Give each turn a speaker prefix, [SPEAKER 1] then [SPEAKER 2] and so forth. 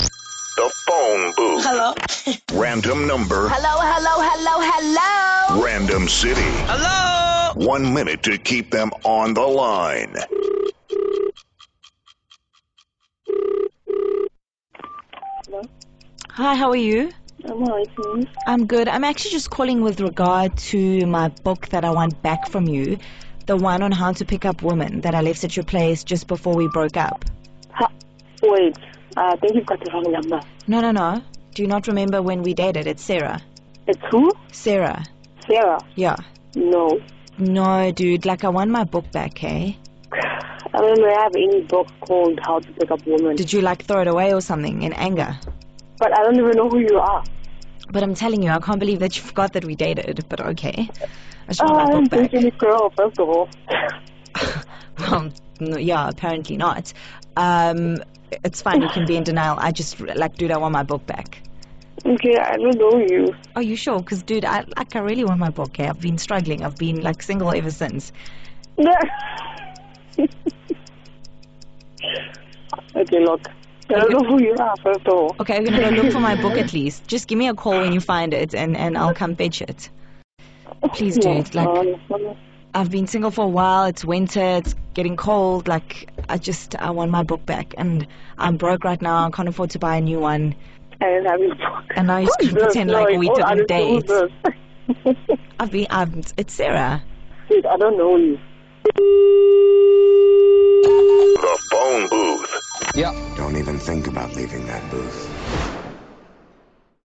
[SPEAKER 1] the phone booth.
[SPEAKER 2] Hello.
[SPEAKER 1] Random number.
[SPEAKER 2] Hello, hello, hello, hello.
[SPEAKER 1] Random city.
[SPEAKER 3] Hello.
[SPEAKER 1] One minute to keep them on the line.
[SPEAKER 4] Hi, how are you?
[SPEAKER 5] I'm alright, miss.
[SPEAKER 4] I'm good. I'm actually just calling with regard to my book that I want back from you, the one on how to pick up women that I left at your place just before we broke up.
[SPEAKER 5] Ha- wait, uh, I think you've got the wrong number.
[SPEAKER 4] No, no, no. Do you not remember when we dated? It's Sarah.
[SPEAKER 5] It's who?
[SPEAKER 4] Sarah.
[SPEAKER 5] Sarah.
[SPEAKER 4] Yeah.
[SPEAKER 5] No.
[SPEAKER 4] No, dude. Like I want my book back, hey?
[SPEAKER 5] I don't know, I have any book called How to Pick Up Women.
[SPEAKER 4] Did you like throw it away or something in anger?
[SPEAKER 5] But I don't even know who you are.
[SPEAKER 4] But I'm telling you, I can't believe that you forgot that we dated. But okay. I just
[SPEAKER 5] Oh,
[SPEAKER 4] want
[SPEAKER 5] I
[SPEAKER 4] my
[SPEAKER 5] don't
[SPEAKER 4] book
[SPEAKER 5] think
[SPEAKER 4] back.
[SPEAKER 5] any girl, first of all.
[SPEAKER 4] Well, Um, no, yeah, apparently not. Um, it's fine. You can be in denial. I just like, dude, I want my book back.
[SPEAKER 5] Okay, I don't know you.
[SPEAKER 4] Are you sure? Because, dude, I like, I really want my book. eh? I've been struggling. I've been like single ever since.
[SPEAKER 5] okay, look. I don't know who you are, first of all.
[SPEAKER 4] Okay, I'm gonna go look for my book at least. Just give me a call when you find it, and and I'll come fetch it. Please, dude. Like,
[SPEAKER 5] Um,
[SPEAKER 4] I've been single for a while. It's winter. It's getting cold. Like, I just I want my book back, and I'm broke right now. I can't afford to buy a new one.
[SPEAKER 5] I don't have any book.
[SPEAKER 4] And now you just
[SPEAKER 5] Who's
[SPEAKER 4] gonna pretend
[SPEAKER 5] this?
[SPEAKER 4] like
[SPEAKER 5] No,
[SPEAKER 4] we
[SPEAKER 5] oh, I
[SPEAKER 4] didn't
[SPEAKER 5] don't know who's this.
[SPEAKER 4] I've been. I'm, it's Sarah.
[SPEAKER 5] Dude, I don't know you.
[SPEAKER 1] The phone booth.
[SPEAKER 6] Don't even think about leaving that booth.